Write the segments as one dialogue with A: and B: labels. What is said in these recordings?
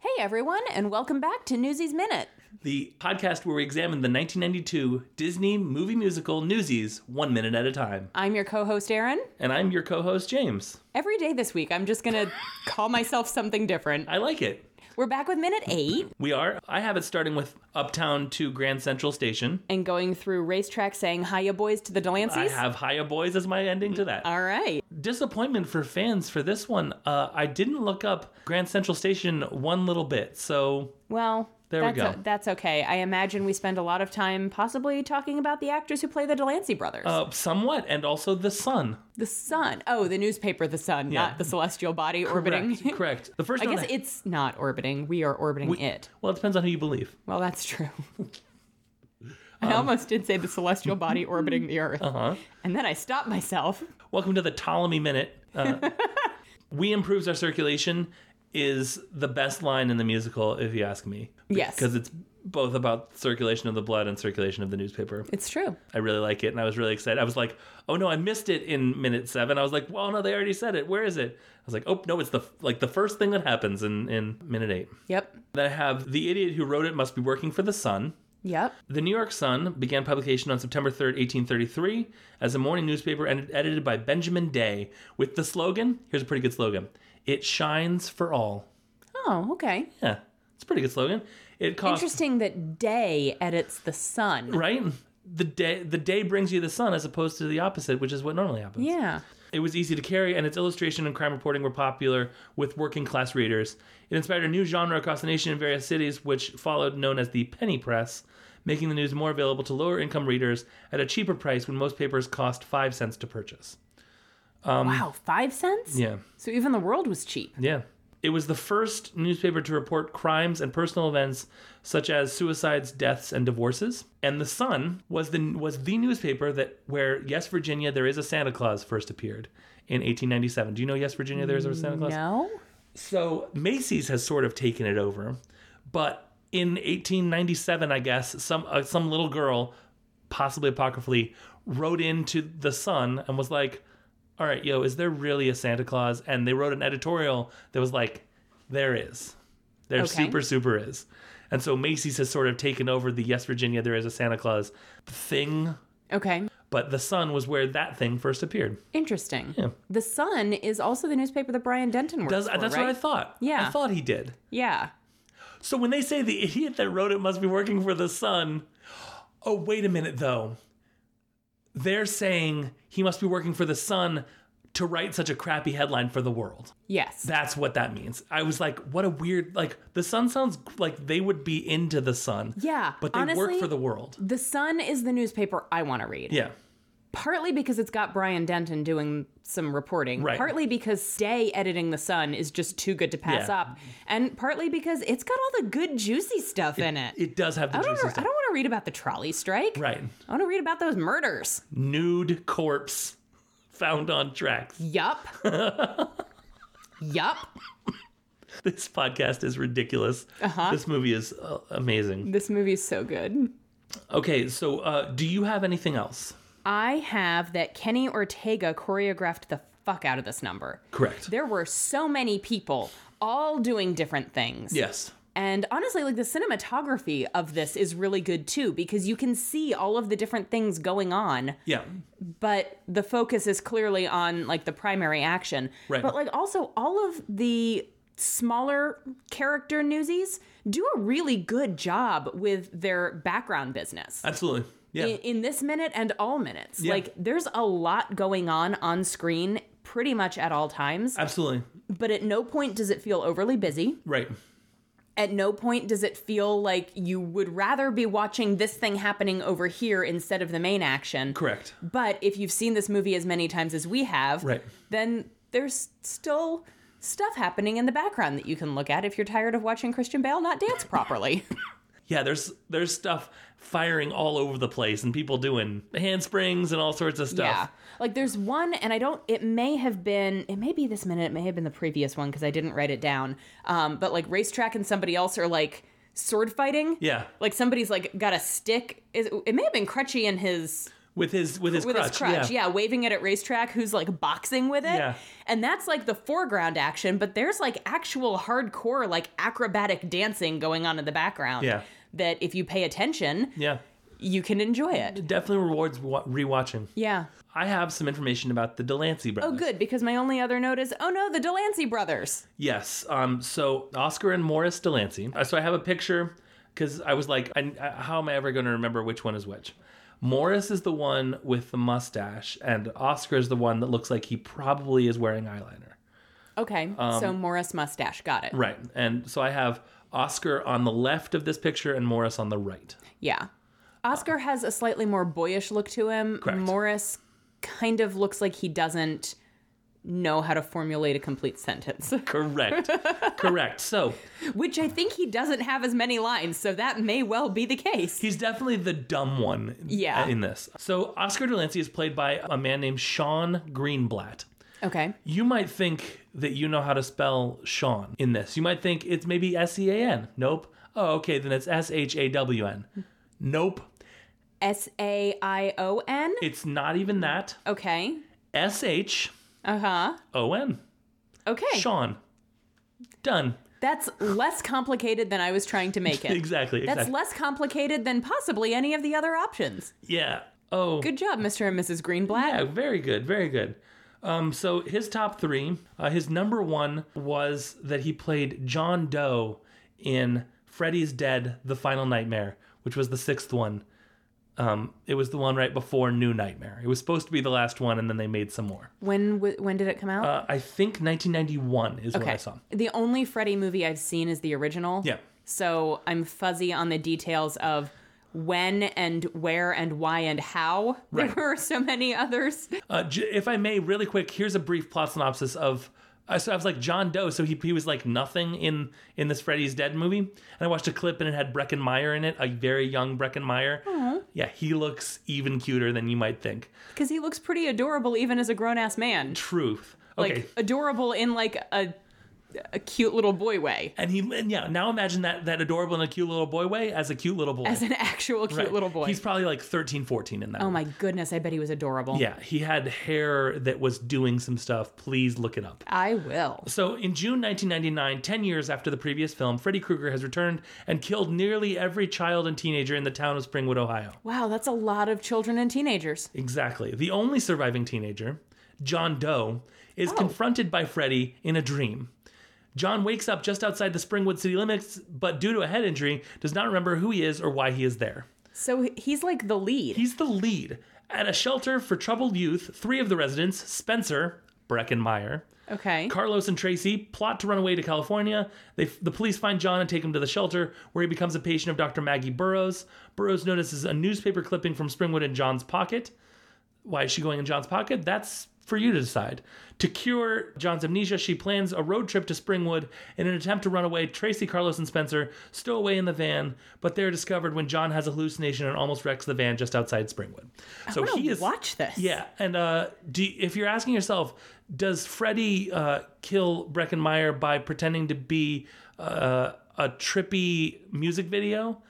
A: Hey, everyone, and welcome back to Newsies Minute.
B: the podcast where we examine the 1992 Disney movie musical Newsies one minute at a time.
A: I'm your co host, Aaron.
B: And I'm your co host, James.
A: Every day this week, I'm just going to call myself something different.
B: I like it.
A: We're back with Minute 8
B: We are. I have it starting with Uptown to Grand Central Station.
A: and going through racetrack saying hiya, boys, to the
B: I
A: Delanceys.
B: have Hiya Boys as my ending to that.
A: All right.
B: Disappointment for fans for this one. Uh, I didn't look up Grand Central Station one little bit, so
A: Well,
B: There we
A: that's,
B: go.
A: that's okay. I imagine we spend a lot of time possibly talking about the actors who play the Delancey brothers.
B: uh, somewhat. And also the sun.
A: the Sun. Oh, the newspaper, The Sun, not the celestial body orbiting.
B: Correct. Correct. The first
A: I
B: one.
A: guess it's not orbiting. We are orbiting it.
B: well, it depends on who you believe.
A: Well, that's true.
B: Um,
A: I almost did say the celestial body orbiting the Earth.
B: Uh-huh.
A: And then I stopped myself.
B: Welcome to the Ptolemy Minute. Uh, we improves our circulation is the best line in the musical, if you ask me.
A: Yes.
B: because it's both about circulation of the blood and circulation of the newspaper.
A: It's true.
B: I really like it, and I was really excited. I was like, "Oh no, I missed it in minute seven. I was like, "Well, no, they already said it. Where is it?" I was like, "Oh no, it's the like the first thing that happens in in minute eight.
A: Yep.
B: Then I have the idiot who wrote it must be working for the sun.
A: Yep.
B: The New York Sun began publication on September 3rd, 1833, as a morning newspaper and edited by Benjamin Day with the slogan here's a pretty good slogan It shines for all.
A: Oh, okay.
B: Yeah, it's a pretty good slogan. It costs,
A: Interesting that Day edits the sun.
B: right? The day, the day brings you the sun as opposed to the opposite, which is what normally happens.
A: Yeah.
B: It was easy to carry, and its illustration and crime reporting were popular with working class readers. It inspired a new genre across the nation in various cities, which followed, known as the penny press, making the news more available to lower income readers at a cheaper price when most papers cost five cents to purchase.
A: wow, five cents?
B: Um, Yeah,
A: So even the world was cheap.
B: yeah. It was the first newspaper to report crimes and personal events such as suicides, deaths, and divorces. And the Sun was the was the newspaper that where Yes Virginia, there is a Santa Claus first appeared in 1897. Do you know Yes Virginia, there is a Santa Claus?
A: No?
B: So Macy's has sort of taken it over, but in 1897, I guess some uh, some little girl, possibly apocryphally, wrote into the Sun and was like, "All right, yo, is there really a Santa Claus?" And they wrote an editorial that was like, "There is, there
A: Okay.
B: super super is," and so Macy's has sort of taken over the Yes Virginia, there is a Santa Claus thing,
A: Okay.
B: but the Sun was where that thing first appeared.
A: Interesting. The Sun is also the newspaper that Brian Denton works
B: Does, uh,
A: for,
B: that's
A: right?
B: what I thought.
A: Yeah.
B: I thought he did.
A: Yeah.
B: So when they say the idiot that wrote it must be working for the sun, oh wait a minute though. They're saying he must be working for the sun to write such a crappy headline for the world.
A: Yes.
B: That's what that means. I was like, what a weird like the sun sounds like they would be into the sun.
A: yeah.
B: But they
A: Honestly,
B: work for the world.
A: The Sun is the newspaper I want to read.
B: Yeah.
A: partly because it's got Brian Denton doing some reporting,
B: Right.
A: partly because Day editing The Sun is just too good to pass
B: Yeah.
A: up, and partly because it's got all the good juicy stuff in it.
B: It does have the
A: I don't,
B: juicy
A: wanna- I
B: stuff.
A: don't want to read about the trolley strike.
B: Right.
A: I want to read about those murders.
B: Nude corpse found on tracks.
A: Yup. yup.
B: This podcast is ridiculous. Uh-huh. This movie is uh, amazing.
A: This movie's so good.
B: Okay, so uh, do you have anything else?
A: I have that Kenny Ortega choreographed the fuck out of this number.
B: Correct.
A: There were so many people all doing different things.
B: Yes.
A: And honestly, like the cinematography of this is really good too, because you can see all of the different things going on,
B: Yeah.
A: but the focus is clearly on like the primary action.
B: Right.
A: But like also all of the smaller character newsies do a really good job with their background business.
B: Absolutely. Yeah.
A: in, in this minute and all minutes. Like there's a lot going on on screen pretty much at all times,
B: Absolutely.
A: but at no point does it feel overly busy
B: Right.
A: at no point does it feel like you would rather be watching this thing happening over here instead of the main action.
B: Correct.
A: But if you've seen this movie as many times as we have,
B: Right.
A: then there's still stuff happening in the background that you can look at if you're tired of watching Christian Bale not dance properly.
B: Yeah, there's there's stuff firing all over the place and people doing handsprings and all sorts of
A: yeah.
B: stuff.
A: Like there's one and I don't it may have been it may be this minute, it may have been the previous one because I didn't write it down. Um, but like racetrack and somebody else are like sword fighting.
B: Yeah.
A: Like somebody's like got a stick. Is- It may have been Crutchy and his
B: with his with his
A: with
B: crutch.
A: his crutch,
B: yeah.
A: yeah. waving it at racetrack. Who's like boxing with it,
B: Yeah.
A: and that's like the foreground action. But there's like actual hardcore, like acrobatic dancing going on in the background.
B: Yeah.
A: That if you pay attention,
B: yeah.
A: you can enjoy it.
B: It definitely rewards wa- rewatching.
A: Yeah.
B: I have some information about the Delancey brothers.
A: Oh, good because my only other note is, oh no, the Delancey brothers.
B: Yes. Um. So Oscar and Morris Delancey. Uh, So I have a picture because I was like, I, I- how am I ever going to remember which one is which? Morris is the one with the mustache, and Oscar is the one that looks like he probably is wearing eyeliner.
A: Okay, so Morris mustache, got it.
B: Um, Right. And so I have Oscar on the left of this picture and Morris on the right.
A: Yeah. Oscar has a slightly more boyish look to him.
B: Correct.
A: Morris kind of looks like he doesn't know how to formulate a complete sentence,
B: Correct. Correct. So
A: which I think he doesn't have as many lines, so that may well be the case.
B: He's definitely the dumb one
A: Yeah.
B: in this. So Oscar Delancey is played by a man named Sean Greenblatt.
A: Okay.
B: You might think that you know how to spell Sean in this. You might think it's maybe S E A N. Nope. Oh, okay, then it's S H A W N. Nope.
A: S A I O N?
B: It's not even that.
A: Okay.
B: S H
A: Uh huh.
B: O N.
A: Okay.
B: Sean. Done.
A: That's less complicated than I was trying to make it.
B: Exactly. Exactly.
A: That's less complicated than possibly any of the other options.
B: yeah. Oh.
A: Good job, Mr. and Mrs. Greenblatt.
B: Yeah, very good, very good. Um, so his top three, uh, his number one was that he played John Doe in Freddy's Dead: The Final Nightmare, which was the sixth one. Um, it was the one right before New Nightmare. It was supposed to be the last one, and then they made some more.
A: When w- when did it come out?
B: Uh, I think 1991 is what I saw.
A: The only Freddy movie I've seen is the original.
B: Yeah.
A: So I'm fuzzy on the details of when and where and why and how
B: Right.
A: there were so many others.
B: Uh, j- if I may, really quick, here's a brief plot synopsis of. Uh, so I was like John Doe, so he he was like nothing in in this Freddy's Dead movie, and I watched a clip and it had Brecken Meyer in it, a very young Brecken Meyer. Yeah, he looks even cuter than you might think.
A: Because he looks pretty adorable even as a grown ass man.
B: Truth.
A: Like
B: Okay.
A: adorable in like a a cute little boy way.
B: and he and yeah. Now imagine that that adorable and a cute little boy way as a cute little boy.
A: As an actual cute
B: Right.
A: little boy.
B: He's probably like 13, 14 in that.
A: oh my goodness, I bet he was adorable.
B: Yeah, he had hair that was doing some stuff. Please look it up.
A: I will.
B: So, in June 1999, 10 years after the previous film, Freddy Krueger has returned and killed nearly every child and teenager in the town of Springwood, Ohio.
A: Wow, that's a lot of children and teenagers.
B: Exactly. The only surviving teenager, John Doe, is confronted by Freddy in a dream. John wakes up just outside the Springwood city limits, but due to a head injury, does not remember who he is or why he is there.
A: So he's like the lead.
B: He's the lead. At a shelter for troubled youth, three of the residents, Spencer, Breckenmeyer,
A: okay.
B: Carlos and Tracy plot to run away to California. They, the police find John and take him to the shelter, where he becomes a patient of Dr. Maggie Burroughs. Burroughs notices a newspaper clipping from Springwood in John's pocket. Why is she going in John's pocket? That's for you to decide. To cure John's amnesia, she plans a road trip to Springwood. In an attempt to run away, Tracy, Carlos, and Spencer stow away in the van, but they're discovered when John has a hallucination and almost wrecks the van just outside Springwood. So
A: I'm gonna
B: he is
A: watch this.
B: yeah, and uh, do if you're asking yourself, does Freddy uh, kill Breckenmeyer by pretending to be uh, a trippy music video?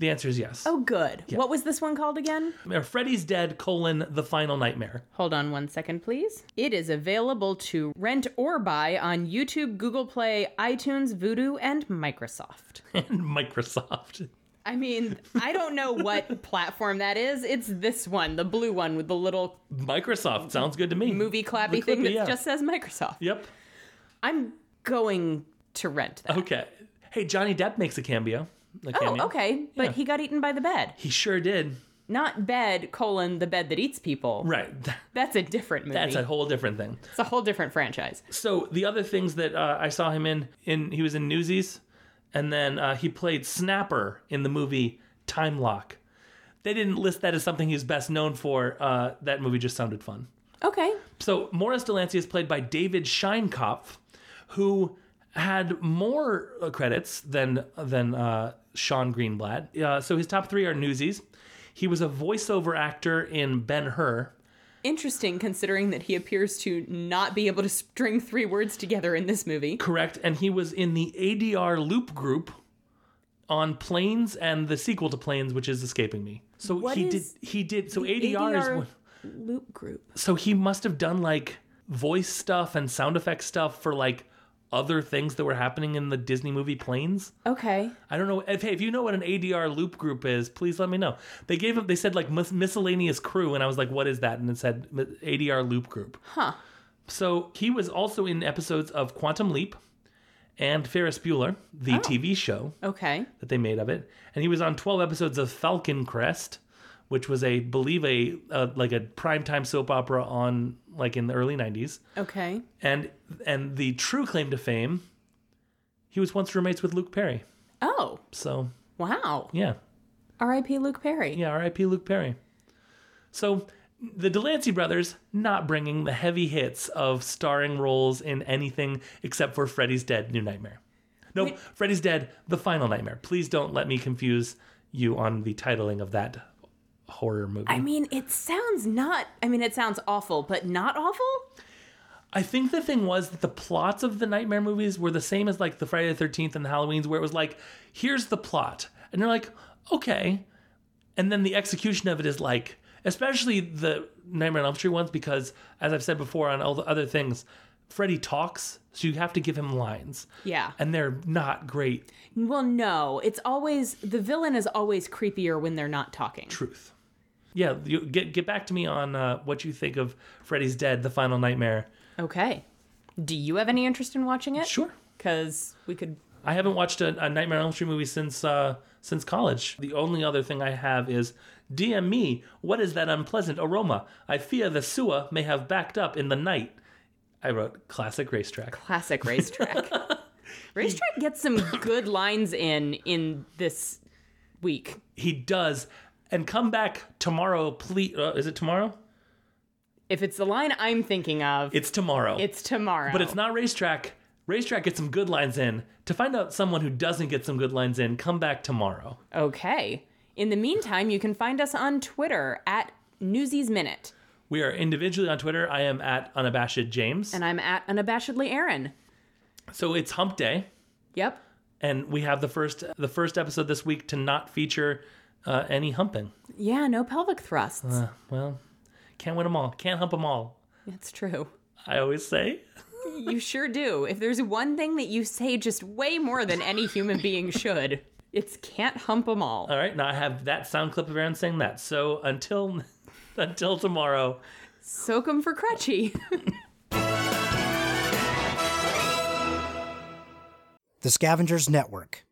B: The answer is yes.
A: Oh, good. What was this one called again?
B: Or Freddy's dead: colon the final nightmare.
A: Hold on one second, please. It is available to rent or buy on YouTube, Google Play, iTunes, Vudu, and Microsoft.
B: And Microsoft.
A: I mean, I don't know what platform that is. It's this one, the blue one with the little
B: Microsoft sounds good to me.
A: movie clappy
B: The
A: thing
B: clippy,
A: that
B: yeah.
A: just says Microsoft.
B: Yep.
A: I'm going to rent that.
B: Okay. Hey, Johnny Depp makes a cameo. A
A: Oh,
B: cameo.
A: okay. But he got eaten by the bed.
B: He sure did.
A: Not bed, colon, the bed that eats people.
B: Right.
A: That's a different movie.
B: That's a whole different thing.
A: it's a whole different franchise.
B: So the other things that uh, I saw him in, in he was in Newsies, and then uh, he played Snapper in the movie Time Lock. They didn't list that as something he's best known for. Uh, that movie just sounded fun.
A: Okay.
B: So Morris Delancey is played by David Scheinkopf, who had more uh, credits than than uh, Sean Greenblatt. Uh, so his top three are Newsies. He was a voiceover actor in Ben Hur.
A: interesting considering that he appears to not be able to string three words together in this movie.
B: Correct. And he was in the ADR Loop Group on Planes and the sequel to Planes, which is escaping me. So
A: What
B: he
A: is
B: did he did so ADR, is
A: ADR
B: one,
A: loop group.
B: so he must have done like voice stuff and sound effect stuff for like other things that were happening in the Disney movie Planes.
A: Okay.
B: I don't know if hey if you know what an ADR loop group is, please let me know. They gave him they said like mis- miscellaneous crew, and I was like, what is that? And it said mi- ADR loop group.
A: Huh.
B: So he was also in episodes of Quantum Leap and Ferris Bueller, the TV show
A: Okay.
B: that they made of it, and he was on twelve episodes of Falcon Crest, which was a believe a uh, like a primetime soap opera on like in the early nineties,
A: Okay.
B: and and the true claim to fame, he was once roommates with Luke Perry.
A: Oh,
B: So
A: wow.
B: yeah.
A: R.I.P. Luke Perry.
B: Yeah, R.I.P. Luke Perry. So the Delancey brothers not bringing the heavy hits of starring roles in anything except for Freddy's Dead: New Nightmare. No, Freddy's Dead: The Final Nightmare. Please don't let me confuse you on the titling of that horror movie.
A: I mean, it sounds not. I mean, it sounds awful, but not awful.
B: I think the thing was that the plots of the Nightmare movies were the same as like the Friday the Thirteenth and the Halloween's, where it was like, here's the plot, and they're like, okay, and then the execution of it is like, especially the Nightmare on Elm Street ones, because as I've said before on all the other things, Freddy talks, so you have to give him lines,
A: Yeah.
B: and they're not great
A: Well, no. It's always the villain is always creepier when they're not talking.
B: truth. Yeah, you, get get back to me on uh, what you think of Freddy's Dead: The Final Nightmare.
A: Okay. Do you have any interest in watching it?
B: Sure.
A: Because we could.
B: I haven't watched a, a Nightmare on Elm Street movie since uh, since college. The only other thing I have is DM me. What is that unpleasant aroma? I fear the sewer may have backed up in the night. I wrote classic racetrack.
A: Classic racetrack. racetrack gets some good lines in in this week.
B: He does, and come back tomorrow. Please, uh, is it tomorrow?
A: If it's the line I'm thinking of,
B: It's tomorrow.
A: it's tomorrow.
B: but it's not racetrack. Racetrack gets some good lines in. To find out someone who doesn't get some good lines in, come back tomorrow.
A: Okay. In the meantime, you can find us on Twitter at Newsies Minute.
B: We are individually on Twitter. I am at unabashed James.
A: And I'm at unabashedly Aaron.
B: so it's Hump Day.
A: Yep.
B: and we have the first the first episode this week to not feature uh, any humping.
A: Yeah, no pelvic thrusts.
B: Uh, well, can't win them all. Can't hump them all.
A: That's true.
B: I always say.
A: You sure do. If there's one thing that you say just way more than any human being should, it's can't hump 'em all.
B: All right, now I have that sound clip of Aaron saying that. So until until tomorrow,
A: Soak 'em for crutchy.
C: The Scavengers Network.